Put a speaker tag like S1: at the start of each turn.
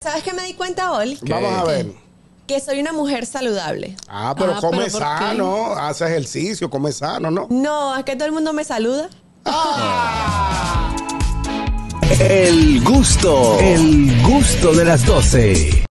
S1: ¿Sabes qué me di cuenta, Oli?
S2: ¿Qué?
S3: Vamos a ver.
S1: Que soy una mujer saludable.
S3: Ah, pero
S2: Ah,
S3: come
S2: pero ¿por qué?
S3: sano, hace ejercicio, come sano, ¿no?
S1: No, es que todo el mundo me saluda.
S4: El gusto, el gusto de las 12.